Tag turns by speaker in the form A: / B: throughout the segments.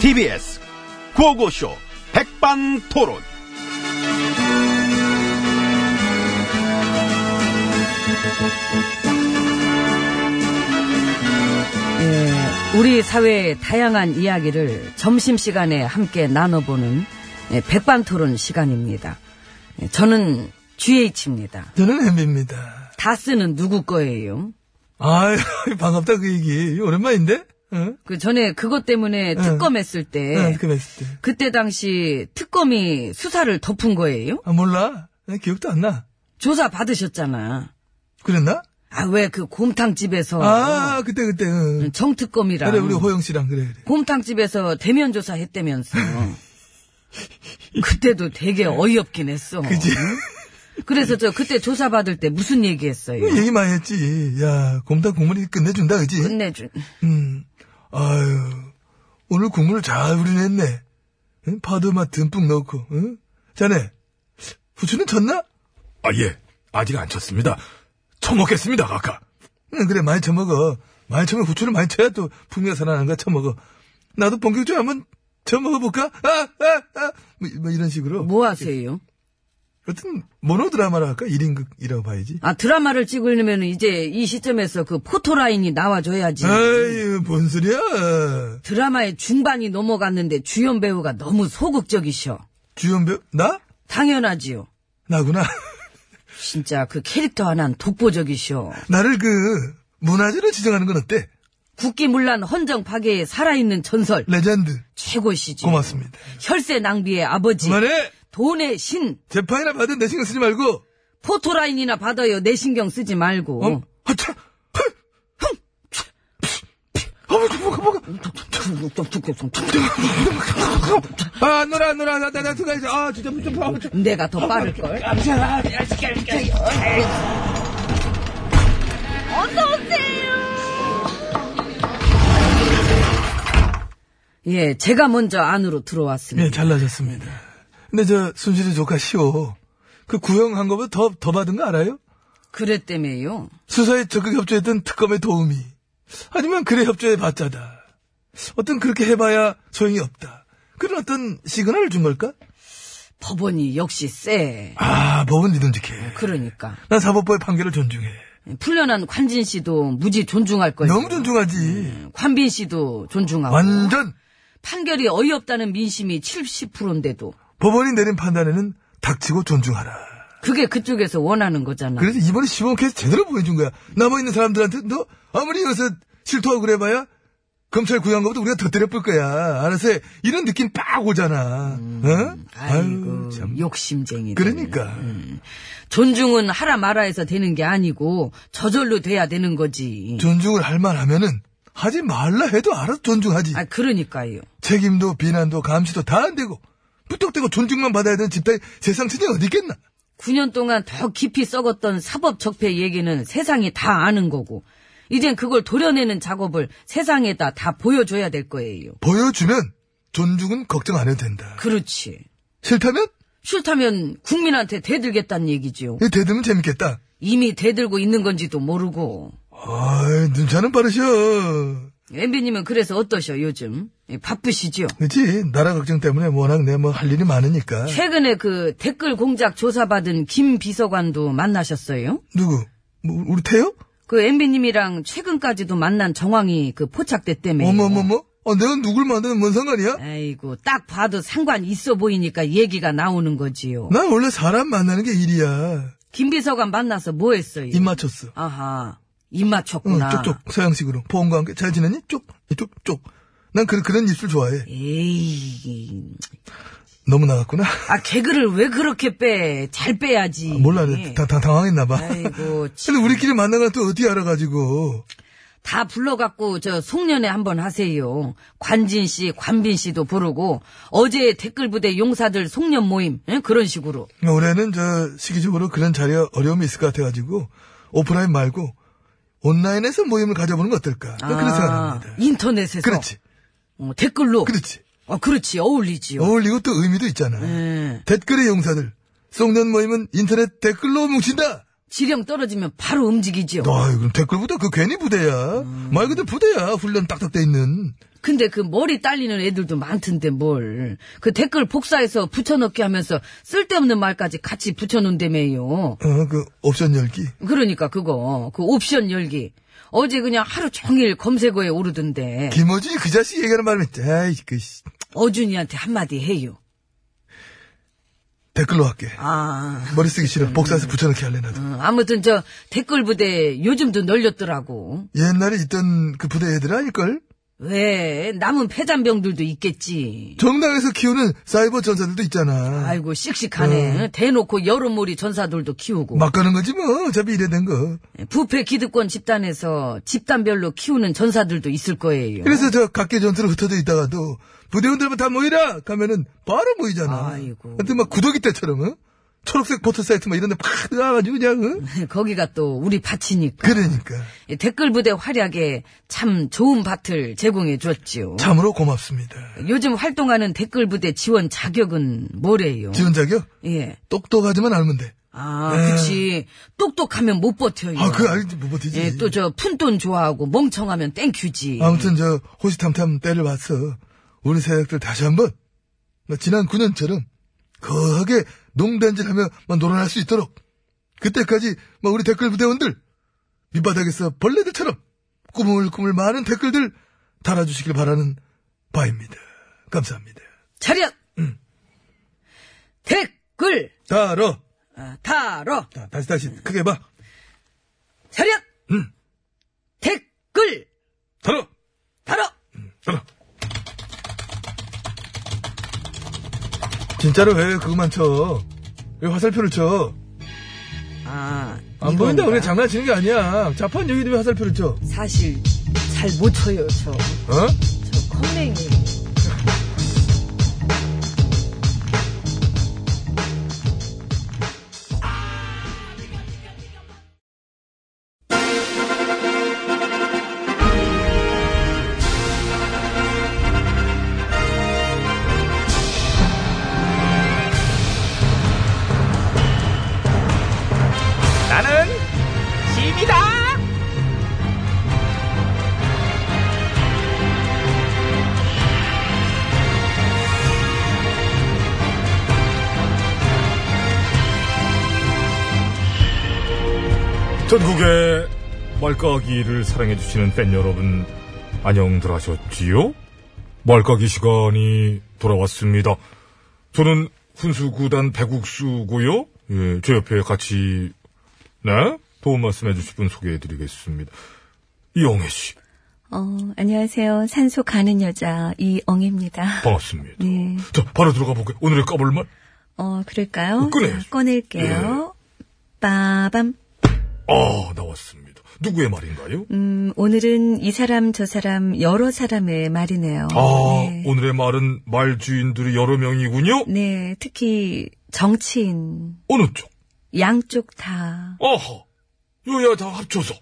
A: TBS 구호고쇼 백반토론.
B: 예, 우리 사회의 다양한 이야기를 점심시간에 함께 나눠보는 예, 백반토론 시간입니다. 예, 저는 GH입니다.
C: 저는 햄비입니다.
B: 다 쓰는 누구 거예요?
C: 아유, 반갑다, 그 얘기. 오랜만인데? 응?
B: 그 전에 그것 때문에 특검했을
C: 응,
B: 때
C: 그 했을 때.
B: 그때 당시 특검이 수사를 덮은 거예요?
C: 아, 몰라. 나 기억도 안 나.
B: 조사 받으셨잖아.
C: 그랬나?
B: 아 왜 그 곰탕집에서
C: 아, 그때, 그때, 응.
B: 정특검이랑
C: 그래, 우리 호영 씨랑, 그래, 그래.
B: 곰탕집에서 대면 조사했다면서. 그때도 되게 어이없긴 했어.
C: 그지?
B: 래서저 그때 조사받을 때 무슨 얘기했어요?
C: 얘기 많이 했지. 야, 곰탕 국물이 끝내준다, 그지?
B: 끝내준.
C: 음, 아유, 오늘 국물을 잘 우려냈네. 응? 파도맛 듬뿍 넣고, 응? 자네, 후추는 쳤나?
A: 아 예, 아직 안 쳤습니다. 쳐먹겠습니다 아까.
C: 응, 그래, 많이 쳐먹어. 많이 쳐면 후추를 많이 쳐야 또 풍미가 살아나는 거야, 쳐먹어. 나도 본격적으로 한번 쳐먹어볼까? 아, 아, 아! 뭐, 뭐 이런 식으로.
B: 뭐 하세요?
C: 여튼, 모노드라마라 할까? 1인극이라고 봐야지.
B: 아, 드라마를 찍으려면 이제 이 시점에서 그 포토라인이 나와줘야지.
C: 아유, 뭔 소리야.
B: 드라마의 중반이 넘어갔는데 주연 배우가 너무 소극적이셔.
C: 주연배우, 나?
B: 당연하지요.
C: 나구나.
B: 진짜 그 캐릭터 하나는 독보적이셔.
C: 나를 그, 문화재로 지정하는 건 어때?
B: 국기문란 헌정 파괴에 살아있는 전설.
C: 레전드.
B: 최고시지.
C: 고맙습니다.
B: 혈세 낭비의 아버지.
C: 그만해!
B: 돈의 신.
C: 재판이나 받은 내 신경 쓰지 말고.
B: 포토라인이나 받아요. 내 신경 쓰지 말고.
C: 어? 하차! 헐! 어머, 뭐가, 뭐가. 아, 안 놀아, 안 놀아. 나, 나, 나, 들어가야지. 아, 진짜, 좀, 좀, 아, 좀.
B: 내가 더 빠를걸. 예, 제가 먼저 안으로 들어왔습니다.
C: 예, 잘나셨습니다. 근데 저, 순실이 조카 시오. 그 구형한 거보다 더, 더 받은 거 알아요?
B: 그랬다며요.
C: 수사에 적극 협조했던 특검의 도움이. 아니면 그래 협조해 봤자다. 어떤 그렇게 해봐야 소용이 없다. 그런 어떤 시그널을 준 걸까?
B: 법원이 역시 쎄.
C: 아, 법은 믿음직해.
B: 그러니까.
C: 난 사법부의 판결을 존중해.
B: 풀려난 관진 씨도 무지 존중할 거예요.
C: 너무 존중하지.
B: 관빈 씨도 존중하고.
C: 완전
B: 판결이 어이없다는 민심이 70%인데도.
C: 법원이 내린 판단에는 닥치고 존중하라.
B: 그게 그쪽에서 원하는 거잖아.
C: 그래서 이번에 시범 케이스 제대로 보여준 거야. 남아있는 사람들한테 너 아무리 여기서 실토하고 그래봐야 검찰 구형한 것보다 우리가 더 때려볼 거야. 알아서 해. 이런 느낌 빡 오잖아. 어?
B: 음, 아이고,
C: 아유, 참.
B: 욕심쟁이.
C: 그러니까.
B: 존중은 하라 마라 해서 되는 게 아니고 저절로 돼야 되는 거지.
C: 예. 존중을 할 만하면은 하지 말라 해도 알아서 존중하지.
B: 아 그러니까요.
C: 책임도 비난도 감시도 다 안 되고 부쩍대고 존중만 받아야 되는 집단이 세상 천지 어디 있겠나.
B: 9년 동안 더 깊이 썩었던 사법 적폐 얘기는 세상이 다 아는 거고 이젠 그걸 도려내는 작업을 세상에다 다 보여줘야 될 거예요.
C: 보여주면 존중은 걱정 안 해도 된다.
B: 그렇지.
C: 싫다면
B: 싫다면 국민한테 대들겠다는 얘기죠.
C: 이 대드면 재밌겠다.
B: 이미 대들고 있는 건지도 모르고.
C: 아이, 눈차는 빠르셔.
B: 엠비님은 그래서 어떠셔 요즘? 예, 바쁘시죠?
C: 그치? 나라 걱정 때문에 워낙 내 뭐 할 일이 많으니까.
B: 최근에 그 댓글 공작 조사받은 김 비서관도 만나셨어요?
C: 누구? 뭐, 우리 태요?
B: 그 엠비님이랑 최근까지도 만난 정황이 그 포착됐다며.
C: 어머머머? 어, 내가 누굴 만나는 뭔
B: 어.
C: 상관이야?
B: 아이고, 딱 봐도 상관 있어 보이니까 얘기가 나오는 거지요.
C: 난 원래 사람 만나는 게 일이야.
B: 김 비서관 만나서 뭐 했어요?
C: 입 맞췄어.
B: 아하, 입
C: 응,
B: 맞췄구나.
C: 쪽쪽. 서양식으로. 보험과 함께 잘 지내니? 쪽, 이쪽, 쪽. 난 그, 그런 입술 좋아해.
B: 에이.
C: 너무 나갔구나.
B: 아, 개그를 왜 그렇게 빼? 잘 빼야지.
C: 아, 몰라, 다, 다 당황했나봐.
B: 예. 아이고, 참.
C: 근데 우리끼리 만난 건 또 어떻게 알아가지고.
B: 다 불러갖고 저 송년회 한번 하세요. 관진 씨, 관빈 씨도 부르고 어제 댓글 부대 용사들 송년 모임 예? 그런 식으로.
C: 올해는 저 시기적으로 그런 자리에 어려움이 있을 것 같아가지고 오프라인 말고 온라인에서 모임을 가져보는 건 어떨까? 네, 그런 생각합니다.
B: 아, 인터넷에서.
C: 그렇지,
B: 어, 댓글로.
C: 그렇지.
B: 어, 그렇지 어울리지요.
C: 어울리고 또 의미도 있잖아.
B: 예.
C: 댓글의 용사들. 송년 모임은 인터넷 댓글로 뭉친다.
B: 지령 떨어지면 바로 움직이지요.
C: 나 그럼 댓글보다 그 괜히 부대야.
B: 음.
C: 말 그대로 부대야. 훈련 딱딱 돼 있는.
B: 근데 그 머리 딸리는 애들도 많던데 뭘. 그 댓글 복사해서 붙여넣기 하면서 쓸데없는 말까지 같이 붙여놓은다며요.
C: 어, 그 옵션 열기.
B: 그러니까 그거 그 옵션 열기. 어제 그냥 하루 종일 검색어에 오르던데
C: 김어준이 그 자식 얘기하는 말면 에이 그 씨.
B: 어준이한테 한마디 해요.
C: 댓글로 할게.
B: 아
C: 머리 쓰기 싫어. 복사해서 붙여넣기 할래 나도.
B: 어, 아무튼 저 댓글 부대 요즘도 널렸더라고.
C: 옛날에 있던 그 부대 애들 아닐걸?
B: 왜 남은 폐잔병들도 있겠지.
C: 정당에서 키우는 사이버 전사들도 있잖아.
B: 아이고 씩씩하네. 대놓고 여름몰이 전사들도 키우고 예,
C: 막 가는 거지 뭐. 어차피 이래 된 거.
B: 부패 기득권 집단에서 집단별로 키우는 전사들도 있을 거예요.
C: 그래서 저 각계 전투로 흩어져 있다가도 부대원들만 다 모이라 가면은 바로 모이잖아.
B: 아이고.
C: 근데 막 구더기 때처럼 어? 초록색 포털 사이트 막 이런 데팍 나가가지고 그냥 어?
B: 거기가 또 우리 밭이니까
C: 그러니까
B: 이 댓글 부대 활약에 참 좋은 밭을 제공해 줬지요.
C: 참으로 고맙습니다.
B: 요즘 활동하는 댓글 부대 지원 자격은 뭐래요?
C: 지원 자격
B: 예.
C: 똑똑하지만 알면 돼.
B: 아,
C: 네.
B: 그치. 똑똑하면 못 버텨요.
C: 아, 그 알지 못 버티지.
B: 예, 또 저 푼돈 좋아하고 멍청하면 땡큐지.
C: 아무튼 저 호시탐탐 때를 봤어. 우리 세력들 다시 한번 뭐 지난 9년처럼 거하게 농단질하며 막 놀아날 수 있도록 그때까지 막 우리 댓글 부대원들 밑바닥에서 벌레들처럼 꾸물꾸물 많은 댓글들 달아주시길 바라는 바입니다. 감사합니다.
B: 차렷!
C: 음.
B: 댓글!
C: 달어.
B: 아, 달어!
C: 자, 다시 다시 크게 봐.
B: 차렷! 댓글!
C: 달어.
B: 달어!
C: 달어. 진짜로 왜 그것만 쳐? 왜 화살표를 쳐?
B: 아,
C: 안
B: 이건가?
C: 보인다. 우리 장난치는 게 아니야. 자판 여기도 왜 화살표를 쳐?
B: 사실 잘 못 쳐요, 저.
C: 어?
B: 저 컴맹이요.
D: 나는 짐이다.
A: 전국의 말까기를 사랑해주시는 팬 여러분, 안녕들 하셨지요? 말까기 시간이 돌아왔습니다. 저는 훈수구단 배국수고요. 예, 제 옆에 같이, 네? 도움 말씀해주실 분 소개해드리겠습니다. 이영애 씨,
E: 어, 안녕하세요. 산소 가는 여자 이엉입니다.
A: 반갑습니다.
E: 네.
A: 자, 바로 들어가 볼게요. 오늘의 까볼 말.
E: 어, 그럴까요?
A: 꺼내야죠. 네.
E: 자, 꺼낼게요. 빠밤.
A: 아, 나왔습니다. 누구의 말인가요?
E: 음, 오늘은 이 사람 저 사람 여러 사람의 말이네요.
A: 아,
E: 네.
A: 오늘의 말은 말 주인들이 여러 명이군요.
E: 네, 특히 정치인
A: 어느 쪽?
E: 양쪽 다.
A: 아하, 요야 다 합쳐서.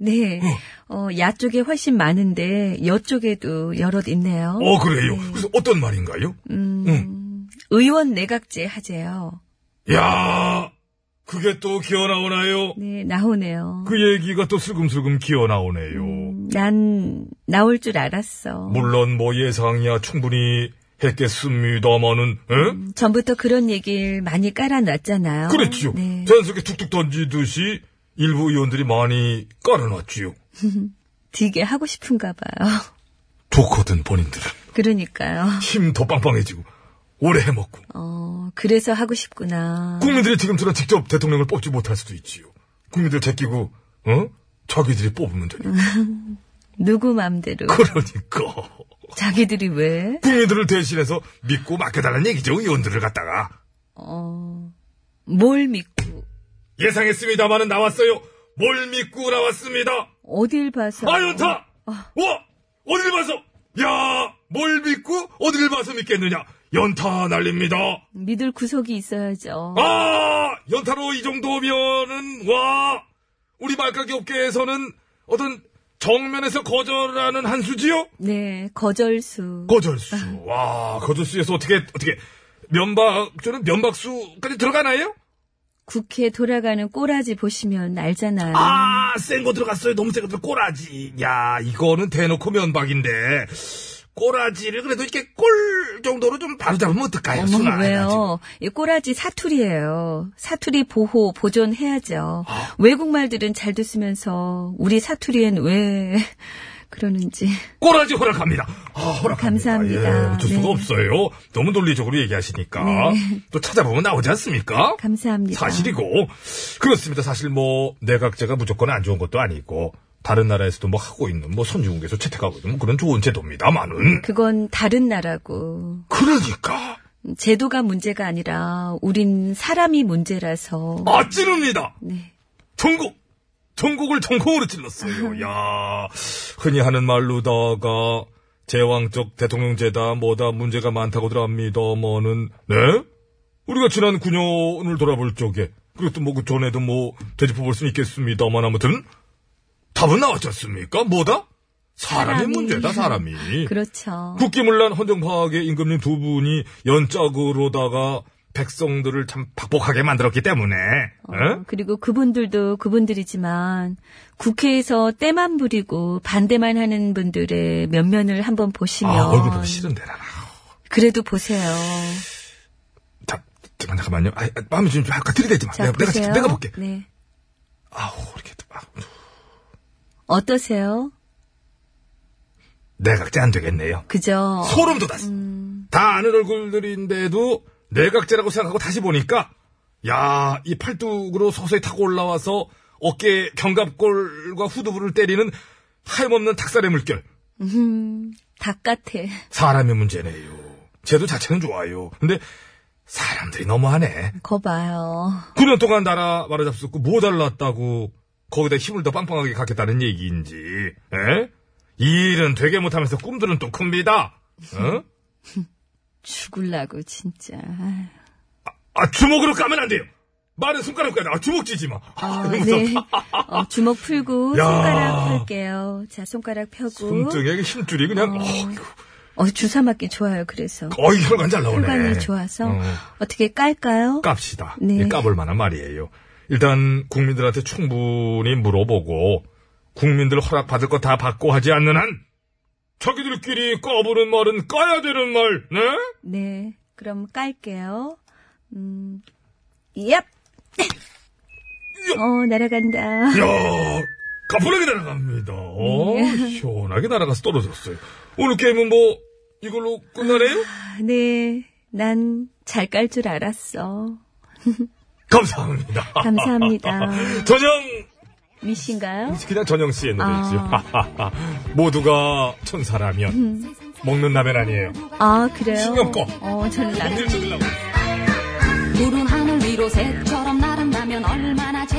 E: 네. 어, 야 쪽에 훨씬 많은데 여 쪽에도 여럿 있네요.
A: 어, 그래요. 그래서 어떤 말인가요?
E: 음,
A: 음.
E: 의원 내각제 하재요.
A: 야 그게 또 기어나오나요?
E: 네, 나오네요.
A: 그 얘기가 또 슬금슬금 기어나오네요.
E: 난 나올 줄 알았어.
A: 물론 뭐 예상이야 충분히 했겠습니다마는,
E: 음, 전부터 그런 얘기를 많이 깔아놨잖아요.
A: 그랬지요.
E: 네.
A: 자연스럽게 툭툭 던지듯이 일부 의원들이 많이 깔아놨지요.
E: 되게 하고 싶은가 봐요.
A: 좋거든, 본인들은.
E: 그러니까요.
A: 힘더 빵빵해지고, 오래 해먹고.
E: 어, 그래서 하고 싶구나.
A: 국민들이 지금처럼 직접 대통령을 뽑지 못할 수도 있지요. 국민들 제끼고, 어? 자기들이 뽑으면 되니까.
E: 누구 맘대로.
A: 그러니까.
E: 자기들이 왜?
A: 국민들을 대신해서 믿고 맡겨달라는 얘기죠, 의원들을 갖다가.
E: 어, 뭘 믿고,
A: 예상했습니다만은 나왔어요. 뭘 믿고 나왔습니다.
E: 어딜 봐서.
A: 아, 연타! 와! 어딜 봐서! 야! 뭘 믿고 어딜 봐서 믿겠느냐? 연타 날립니다.
E: 믿을 구석이 있어야죠.
A: 아! 연타로 이 정도면은, 와! 우리 말가기 업계에서는 어떤 정면에서 거절하는 한 수지요?
E: 네, 거절수.
A: 거절수. 와, 거절수에서 어떻게, 어떻게, 면박, 저는 면박수까지 들어가나요?
E: 국회 돌아가는 꼬라지 보시면 알잖아요.
A: 아, 센 거 들어갔어요. 너무 센 거 들어 꼬라지. 야, 이거는 대놓고 면박인데. 꼬라지를 그래도 이렇게 꼴 정도로 좀 바로 잡으면 어떨까요?
E: 어머
A: 네, 순화해가지고.
E: 왜요? 이 꼬라지 사투리예요. 사투리 보호 보존해야죠.
A: 아.
E: 외국 말들은 잘 듣으면서 우리 사투리엔 왜 그러는지.
A: 꼬라지 허락합니다. 아, 허락합니다.
E: 감사합니다.
A: 예, 어쩔 수가
E: 네.
A: 없어요. 너무 논리적으로 얘기하시니까. 또 찾아보면 나오지 않습니까?
E: 감사합니다.
A: 사실이고. 그렇습니다. 사실 뭐, 내각제가 무조건 안 좋은 것도 아니고, 다른 나라에서도 뭐 하고 있는, 뭐 선진국에서 채택하고 있는 뭐 그런 좋은 제도입니다만은.
E: 그건 다른 나라고
A: 그러니까,
E: 제도가 문제가 아니라 우린 사람이 문제라서.
A: 아, 찌릅니다.
E: 어. 네.
A: 전국! 전국을 전공으로 찔렀어요. 야 흔히 하는 말로다가, 제왕적 대통령제다, 뭐다, 문제가 많다고 들합니다, 뭐는, 네? 우리가 지난 9년을 돌아볼 적에, 그리고 또 뭐, 그 전에도 뭐, 되짚어볼 수는 있겠습니다만, 아무튼, 답은 나왔지 않습니까? 뭐다? 사람이
E: 사람이.
A: 문제다, 사람이.
E: 그렇죠.
A: 국기문란 헌정파악의 임금님 두 분이 연짝으로다가 백성들을 참 박복하게 만들었기 때문에, 에?
E: 어, 그리고 그분들도 그분들이지만 국회에서 때만 부리고 반대만 하는 분들의 면면을 한번 보시면
A: 아, 얼굴 보기 싫은데, 나.
E: 그래도 보세요.
A: 자, 잠깐, 잠깐만요. 아, 아, 마음이 지금 좀 약간 들이대지 마.
E: 자
A: 내가, 내가,
E: 보세요.
A: 지금- 내가 볼게.
E: 네.
A: 아우, 이렇게. 또 막,
E: 어떠세요?
A: 내각제 안 되겠네요.
E: 그죠?
A: 소름 돋았어.
E: 음.
A: 다 아는 얼굴들인데도 내각제라고 생각하고 다시 보니까, 야, 이 팔뚝으로 서서히 타고 올라와서 어깨 견갑골과 후두부를 때리는 하염없는 닭살의 물결.
E: 음, 닭 같아.
A: 사람의 문제네요. 제도 자체는 좋아요. 근데 사람들이 너무하네.
E: 거 봐요.
A: 9년 동안 나라 말아잡수고 뭐 달랐다고 거기다 힘을 더 빵빵하게 갖겠다는 얘기인지. 에? 이 일은 되게 못하면서 꿈들은 또 큽니다. 어?
E: 죽을라고 진짜.
A: 아 주먹으로 까면 안 돼요. 말은 손가락까지. 아 주먹 쥐지 마. 아,
E: 아, 네.
A: 무섭다.
E: 어, 주먹 풀고
A: 야.
E: 손가락 펼게요. 자, 손가락 펴고.
A: 손등에 힘줄이 그냥 어,
E: 어, 주사 맞기 좋아요. 그래서
A: 거의 혈관 잘 나오네.
E: 혈관이 좋아서
A: 어.
E: 어떻게 깔까요?
A: 깝시다.
E: 네.
A: 예, 까볼 만한 말이에요. 일단 국민들한테 충분히 물어보고 국민들 허락 받을 거 다 받고 하지 않는 한 자기들끼리 까보는 말은 까야 되는 말, 네?
E: 네, 그럼 깔게요. 음, 얍! 어, 날아간다.
A: 이야, 가뿐하게 날아갑니다. 어,
E: 네.
A: 시원하게 날아가서 떨어졌어요. 오늘 게임은 뭐 이걸로 끝나네요?
E: 아, 네, 난 잘 깔 줄 알았어.
A: 감사합니다.
E: 감사합니다.
A: 전영
E: 미신가요?
A: 그냥 전영 씨의 노래죠.
E: 아.
A: 모두가 천사라면
E: 음.
A: 먹는 라면 아니에요.
E: 아, 그래요?
A: 신경 꺼.
E: 어, 저는 남
A: 들
F: 푸른 하늘 위로 새처럼 나른다면 얼마나 재